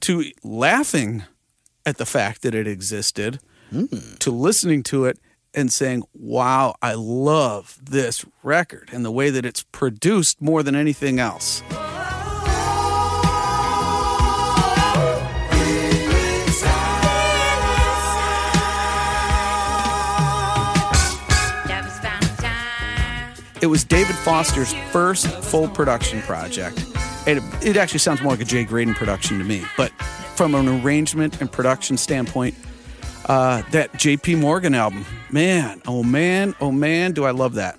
S2: to laughing at the fact that it existed to listening to it and saying, "Wow, I love this record and the way that it's produced more than anything else."
S3: That was Valentine.
S2: It was David Foster's first full production project. It, it actually sounds more like a Jay Graydon production to me, but from an arrangement and production standpoint, uh, that JP Morgan album, man, oh man, oh man, do I love that.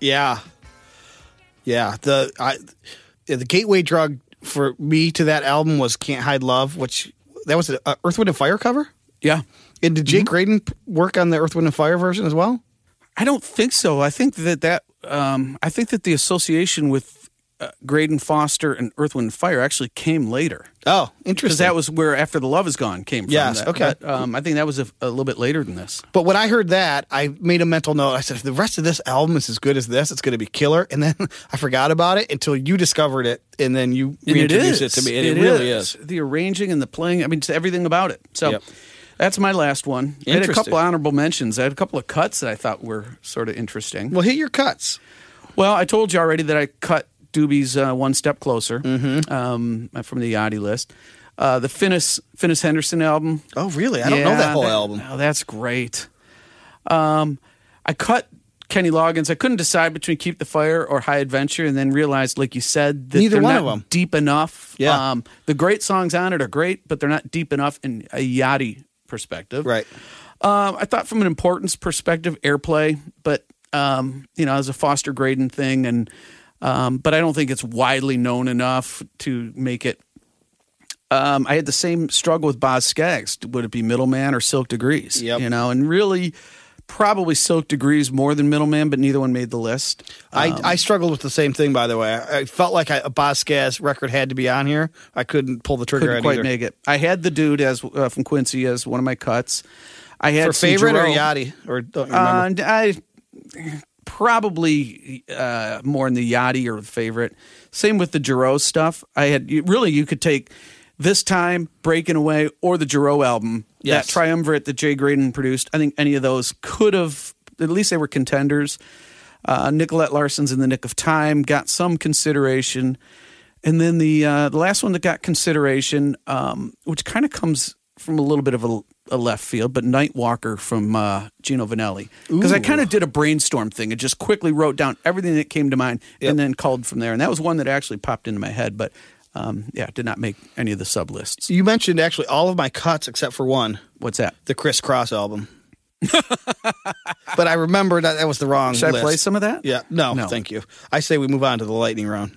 S1: Yeah. Yeah. The I yeah, the gateway drug for me to that album was Can't Hide Love, which that was a Earth Wind and Fire cover.
S2: Yeah.
S1: And did Jake Graydon p- work on the Earth, Wind, and Fire version as well?
S2: I don't think so. I think that that um, I think that the association with uh, Graydon Foster and Earth, Wind, and Fire actually came later
S1: Oh,
S2: because
S1: interesting.
S2: that was where After the Love Is Gone came from.
S1: Yes,
S2: That-
S1: okay.
S2: that, um, I think that was a, a little bit later than this.
S1: but when I heard that, I made a mental note. I said, if the rest of this album is as good as this, it's going to be killer. And then I forgot about it until you discovered it, and then you
S2: And
S1: reintroduced it, to me. And it, really is.
S2: The arranging and the playing, I mean, just everything about it. So
S1: Yep.
S2: that's my last one. I had a
S1: Interesting.
S2: couple honorable mentions. I had a couple of cuts that I thought were sort of interesting.
S1: Well, hit your cuts.
S2: Well, I told you already that I cut Doobie's uh, One Step Closer
S1: Mm-hmm.
S2: um, from the Yachty list. Uh, the Finnis, Finnis Henderson album.
S1: Oh, really? I don't know that
S2: Yeah,
S1: whole album.
S2: Oh, that's great. Um, I cut Kenny Loggins. I couldn't decide between Keep the Fire or High Adventure, and then realized, like you said, that
S1: Neither
S2: they're
S1: one
S2: not
S1: of 'em.
S2: deep enough.
S1: Yeah.
S2: Um, the great songs on it are great, but they're not deep enough in a Yachty perspective.
S1: Right.
S2: Um, I thought from an importance perspective, airplay, but um, you know, as a Foster Graydon thing, and um, but I don't think it's widely known enough to make it. Um, I had the same struggle with Boz Skaggs. Would it be Middleman or Silk Degrees?
S1: Yep.
S2: You know, and really, probably Silk Degrees more than Middleman, but neither one made the list. Um,
S1: I, I struggled with the same thing, by the way. I, I felt like I, a Boscas record had to be on here. I couldn't pull the trigger
S2: Couldn't
S1: on
S2: quite
S1: either.
S2: make it. I had the dude as uh, from Quincy as one of my cuts. I had
S1: For
S2: some
S1: favorite or
S2: Jarrell-
S1: Yachty? Or don't you remember?
S2: Uh, I probably uh, more in the yachty or the favorite. Same with the Giro stuff. I had you- really you could take this time breaking away or the Giro album.
S1: Yes.
S2: That triumvirate that Jay Graydon produced. I think any of those could have at least they were contenders. Uh, Nicolette Larson's in the nick of time got some consideration, and then the uh, the last one that got consideration, um, which kind of comes from a little bit of a, a left field, but Night Walker from uh, Gino Vanelli, because I kind of did a brainstorm thing and just quickly wrote down everything that came to mind,
S1: Yep.
S2: and then called from there, and that was one that actually popped into my head, but um, yeah, did not make any of the sub lists.
S1: you mentioned actually all of my cuts except for one.
S2: What's that?
S1: the Criss Cross album. but I remember that that was the wrong
S2: Should I
S1: list.
S2: play some of that?
S1: Yeah, no,
S2: No.
S1: thank you. I say we move on to the lightning round.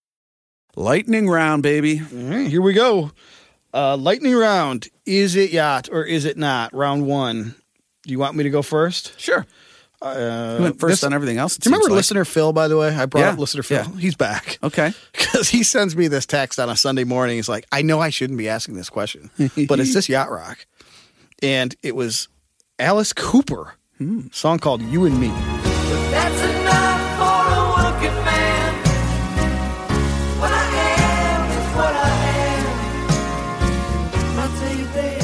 S2: Lightning round, baby.
S1: All right, here we go. Uh, lightning round. Is it yacht or is it not? Round one. Do you want me to go first?
S2: Sure.
S1: Uh,
S2: You went first
S1: this-
S2: on everything else. it
S1: Do you remember
S2: seems like.
S1: listener Phil? By the way, I brought
S2: Yeah,
S1: up listener Phil.
S2: yeah. Oh.
S1: He's back
S2: Okay.
S1: because he sends me this text on a Sunday morning. He's like, "I know I shouldn't be asking this question, but is this yacht rock?" And it was Alice Cooper
S2: Hmm.
S1: song called "You and Me."
S4: That's enough for a working man. What I am is what I am. My TV.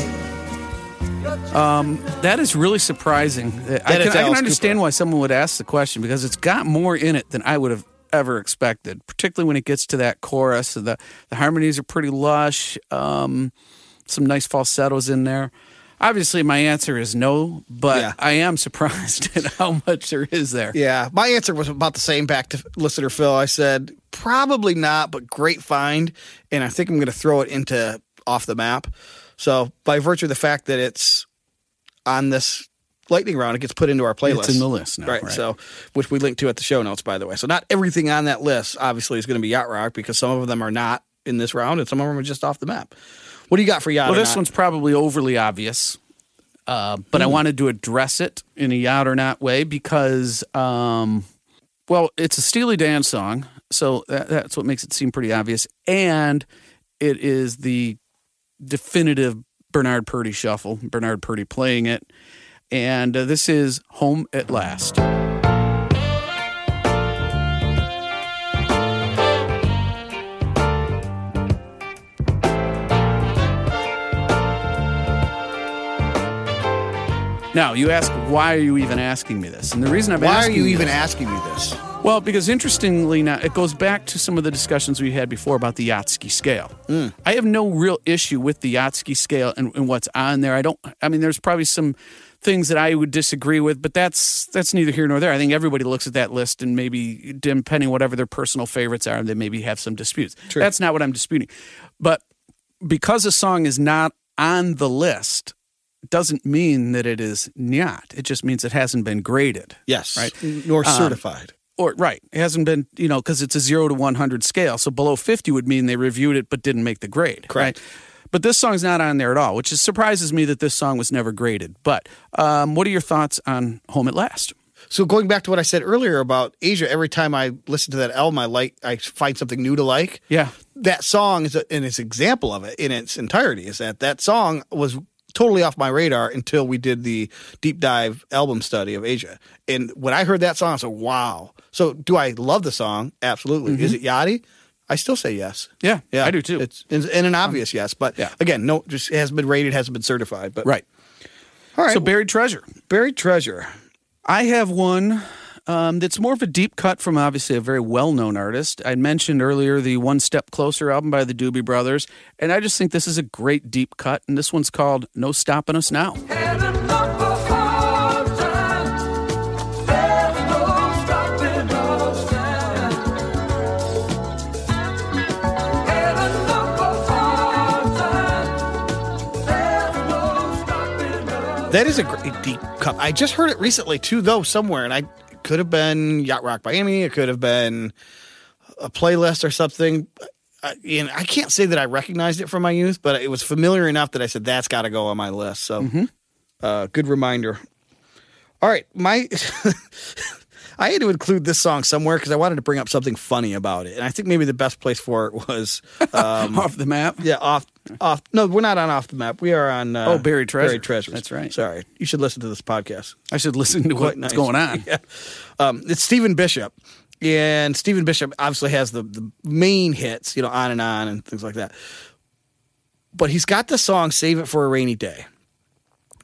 S2: That is really surprising. I
S1: is
S2: can, I can
S1: Alice
S2: understand why someone would ask the question because it's got more in it than I would have ever expected, particularly when it gets to that chorus. The, the harmonies are pretty lush, um, some nice falsettos in there. Obviously, my answer is no, but
S1: Yeah.
S2: I am surprised at how much there is there.
S1: Yeah, my answer was about the same back to listener Phil. I said probably not, but great find, and I think I'm going to throw it into off the map. So by virtue of the fact that it's on this lightning round, it gets put into our playlist.
S2: It's in the list now,
S1: right?
S2: right.
S1: So which we link to at the show notes, by the way. So not everything on that list obviously is going to be yacht rock because some of them are not in this round, and some of them are just off the map. What do you got for yacht?
S2: Well,
S1: or
S2: this
S1: not? Hmm.
S2: one's probably overly obvious, uh, but I wanted to address it in a yacht or not way because, um, well, it's a Steely Dan song, so that, that's what makes it seem pretty obvious, and it is the definitive Bernard Purdy shuffle. Bernard Purdy playing it, and uh, this is "Home at Last." Now, you ask, why are you even asking me this? And the reason I'm
S1: Why are
S2: asking
S1: you even
S2: this-
S1: asking me this?
S2: Well, because interestingly, now it goes back to some of the discussions we had before about the Yatsky scale.
S1: Mm.
S2: I have no real issue with the Yatsky scale and, and what's on there. I don't. I mean, there's probably some things that I would disagree with, but that's that's neither here nor there. I think everybody looks at that list and maybe depending whatever their personal favorites are, they maybe have some disputes. That's not what I'm disputing, but because a song is not on the list doesn't mean that it is not. It just means it hasn't been graded.
S1: Yes,
S2: Right Um,
S1: Nor certified.
S2: or right it hasn't been you know because it's a 0 to 100 scale so below 50 would mean they reviewed it but didn't make the grade
S1: Correct.
S2: right? but this song's not on there at all which is, surprises me that this song was never graded but um, what are your thoughts on home at last
S1: So going back to what I said earlier about Asia, every time I listen to that album, I like I find something new to like.
S2: yeah
S1: That song is a, and it's example of it in its entirety. Is that that song was totally off my radar until we did the deep dive album study of Asia. And when I heard that song, I said, "Wow!" So do I love the song? Absolutely. Is it Yachty? I still say yes.
S2: Mm-hmm. Yeah, I do too. Um,
S1: It's and, and an obvious yes, but
S2: Yeah.
S1: again, no, just it hasn't been rated, hasn't been certified. But
S2: right
S1: all right. So
S2: so buried treasure
S1: buried treasure.
S2: I have one um, that's more of a deep cut from obviously a very well known artist. I mentioned earlier the One Step Closer album by the Doobie Brothers, and I just think this is a great deep cut, and this one's called No Stopping Us Now.
S4: Had enough of hard times. There's no stopping us now. Had enough of hard times. There's no stopping us.
S1: That is a great deep cup. I just heard it recently too, though, somewhere, and I it could have been Yacht Rock Miami. It could have been a playlist or something. I, and I can't say that I recognized it from my youth, but it was familiar enough that I said that's got to go on my list. So, uh, good reminder. All right, my. I had to include this song somewhere because I wanted to bring up something funny about it, and I think maybe the best place for it was, um,
S2: Off the map.
S1: yeah, off, off. No, we're not on off the map. We are on. Uh,
S2: Oh, Buried Treasure.
S1: Buried treasures.
S2: That's right.
S1: Sorry, you should listen to this podcast.
S2: I should listen to what's
S1: Quite nice.
S2: going on.
S1: Yeah. Um, it's Stephen Bishop. And Stephen Bishop obviously has the, the main hits, you know, on and on and things like that. But he's got the song Save It for a Rainy Day,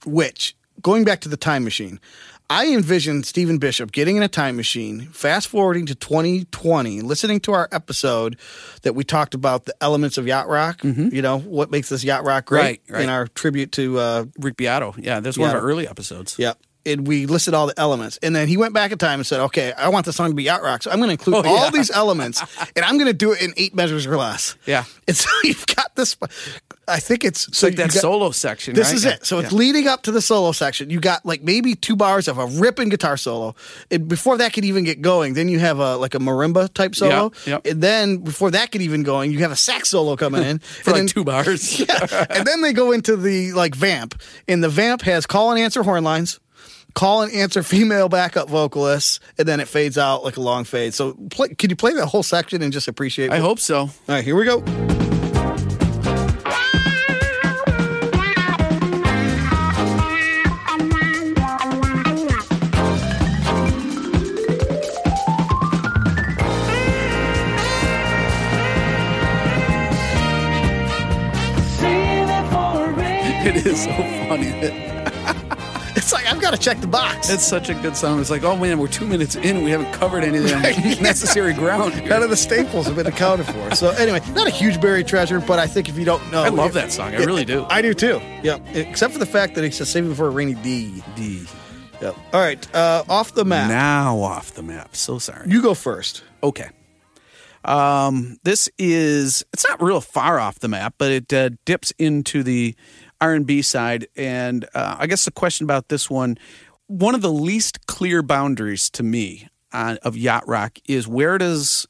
S1: which, going back to the time machine, I envision Stephen Bishop getting in a time machine, fast forwarding to 2020, listening to our episode that we talked about the elements of yacht rock. You know what makes this yacht rock great?
S2: Mm-hmm. Right, right.
S1: In our tribute to uh,
S2: Rick Beato. Yeah, there's one of
S1: Yeah.
S2: our early episodes.
S1: Yep. And we listed all the elements. And then he went back in time and said, okay, I want the song to be yacht rock. So I'm going to include
S2: Oh,
S1: all
S2: yeah.
S1: these elements and I'm going to do it in eight measures or less.
S2: Yeah.
S1: And so you've got this. I think it's so
S2: like
S1: you
S2: that
S1: got-
S2: solo section.
S1: This
S2: right?
S1: is
S2: Yeah.
S1: it. So it's
S2: Yeah.
S1: leading up to the solo section. You got like maybe two bars of a ripping guitar solo. And before that could even get going, then you have a like a marimba type solo.
S2: Yeah, yeah.
S1: And then before that could even going, you have a sax solo coming in. and
S2: for like
S1: then,
S2: two bars.
S1: yeah. And then they go into the like vamp, and the vamp has call and answer horn lines, call and answer female backup vocalists, and then it fades out like a long fade. So, play, could you play that whole section and just appreciate?
S2: I hope so.
S1: All right, here we go.
S2: It is so funny. that-
S1: It's like I've got to check the box.
S2: It's such a good song. It's like, oh man, we're two minutes in. We haven't covered any of the necessary ground. here.
S1: None of the staples have been accounted for. So anyway, not a huge buried treasure, but I think if you don't know,
S2: I love that song. I really do.
S1: I do too. Yep. Except for the fact that it's a saving for a rainy D. D. Yep. All right. Uh, off the map.
S2: Now off the map. So sorry.
S1: You go first.
S2: Okay. Um, this is it's not real far off the map, but it uh, dips into the R and B side, and uh, I guess the question about this one, one of the least clear boundaries to me on, of yacht rock is where does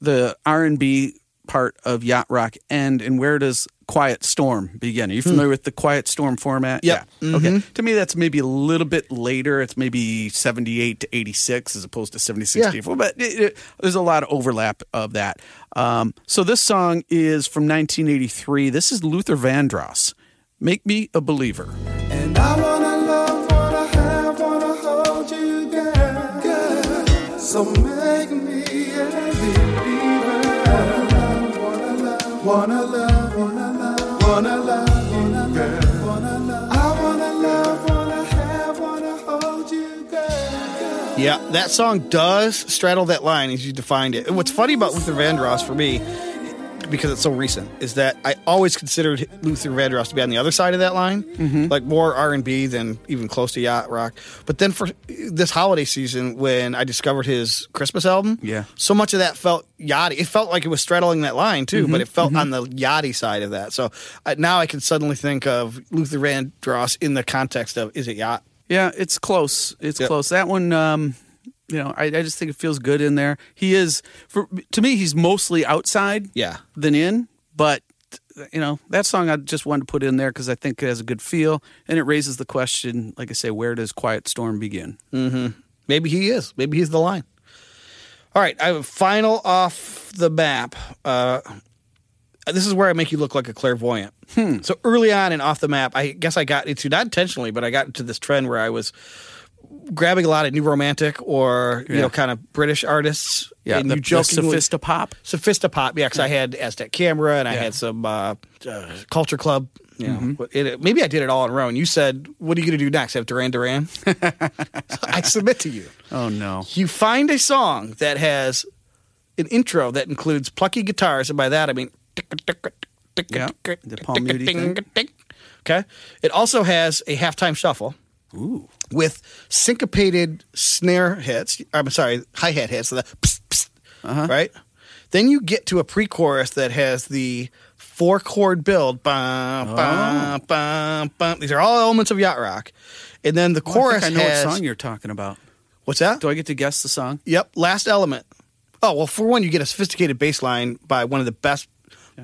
S2: the R and B part of yacht rock end, and where does Quiet Storm begin? Are you familiar with the Quiet Storm format?
S1: Hmm. Yep. Mm-hmm.
S2: Yeah. Okay. To me, that's maybe a little bit later. It's maybe seventy-eight to eighty-six, as opposed to seventy-six
S1: Yeah.
S2: 64, but it, it- there's a lot of overlap of that. Um, so this song is from 1983. This is Luther Vandross. Make me a believer.
S4: And I wanna love, wanna have, wanna hold you down. Girl. So make me a believer. Wanna love, wanna love, wanna love, wanna love you, girl. Wanna love. I wanna love, wanna have, wanna hold you, girl.
S1: Yeah, that song does straddle that line as you defined it. And what's funny about Luther Vandross for me, because it's so recent, is that I always considered Luther Vandross to be on the other side of that line, like more R and B than even close to yacht rock. But then for this holiday season, when I discovered his Christmas album,
S2: Yeah.
S1: so much of that felt yachty. It felt like it was straddling that line too, but it felt on the yachty side of that. So I, now I can suddenly think of Luther Vandross in the context of is it yacht?
S2: Yeah, it's close. It's
S1: Yep.
S2: close. That one, um, you know, I, I just think it feels good in there. He is, for, to me, he's mostly outside
S1: Yeah.
S2: than in, but, you know, that song I just wanted to put in there because I think it has a good feel and it raises the question, like I say, where does Quiet Storm begin?
S1: Maybe he is. Maybe he's the line. All right, I have a final off the map. Uh, this is where I make you look like a clairvoyant.
S2: Hmm.
S1: So early on and off the map, I guess I got into not intentionally, but I got into this trend where I was grabbing a lot of new romantic or you
S2: Yeah.
S1: know kind of British artists. and
S2: the,
S1: you
S2: the
S1: jokingly-
S2: Sophistopop.
S1: Sophistopop, yeah, because I had Aztec Camera and I
S2: Yeah.
S1: had some uh, uh, Culture Club. You know, But it, maybe I did it all on a row. And you said, "What are you going to do next? Have Duran Duran?" So I submit to you.
S2: Oh, no.
S1: You find a song that has an intro that includes plucky guitars, and by that I mean
S2: Yeah, the Paul Moody thing.
S1: Okay. It also has a halftime shuffle
S2: Ooh.
S1: with syncopated snare hits. I'm sorry, hi hat hits. The psst, psst, right. Then you get to a pre-chorus that has the four chord build. Bum, bum, bum, bum. These are all elements of yacht rock, and then the
S2: Well,
S1: chorus
S2: Oh, I, think I know
S1: has
S2: what song you're talking about.
S1: what's that?
S2: Do I get to guess the song?
S1: Yep, Last Element. Oh well, for one, you get a sophisticated bass line by one of the best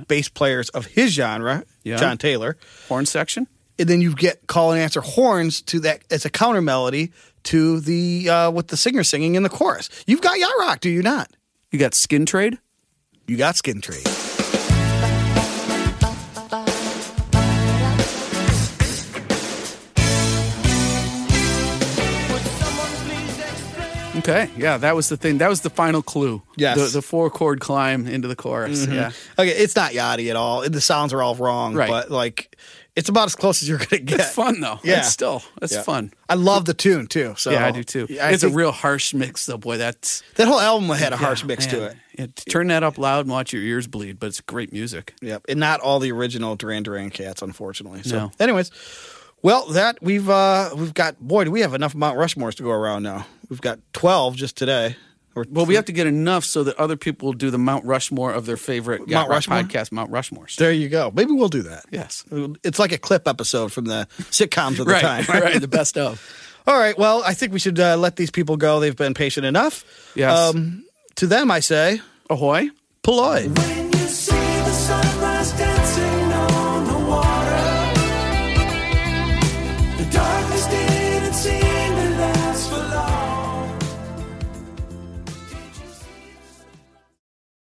S1: bass players of his genre,
S2: Yeah.
S1: John Taylor.
S2: Horn section?
S1: and then you get call and answer horns to that as a counter melody to the uh, what the singer singing in the chorus. You've got yacht rock, do you not?
S2: You got Skin Trade?
S1: You got skin trade.
S2: Okay. Yeah, that was the thing. That was the final clue.
S1: Yes. Mm-hmm.
S2: The, the four chord climb into the chorus. Yeah.
S1: Okay, it's not yachty at all. The sounds are all wrong,
S2: Right.
S1: but like It's about as close as you're going to get.
S2: It's fun though.
S1: Yeah.
S2: It's still that's
S1: Yeah.
S2: fun.
S1: I love the tune too. So
S2: yeah, I do too.
S1: I
S2: it's a
S1: think
S2: real harsh mix though, boy. That's
S1: that whole album had a harsh mix to
S2: man.
S1: it.
S2: Yeah, turn that up loud and watch your ears bleed, but it's great music.
S1: Yep, and not all the original Duran Duran cats, unfortunately. So,
S2: No.
S1: anyways, well, that we've uh we've got boy, do we have enough Mount Rushmores to go around now? We've got twelve just today. Or
S2: Well, we have to get enough so that other people will do the Mount Rushmore of their favorite Yacht
S1: Mount
S2: Rock
S1: Rushmore?
S2: podcast, Mount Rushmores.
S1: there you go. Maybe we'll do that.
S2: yes.
S1: It's like a clip episode from the sitcoms of the time.
S2: Right, right. The best of.
S1: All right. Well, I think we should uh, let these people go. They've been patient enough.
S2: Yes.
S1: to them, I say,
S2: Ahoy. Paloy.
S4: When you see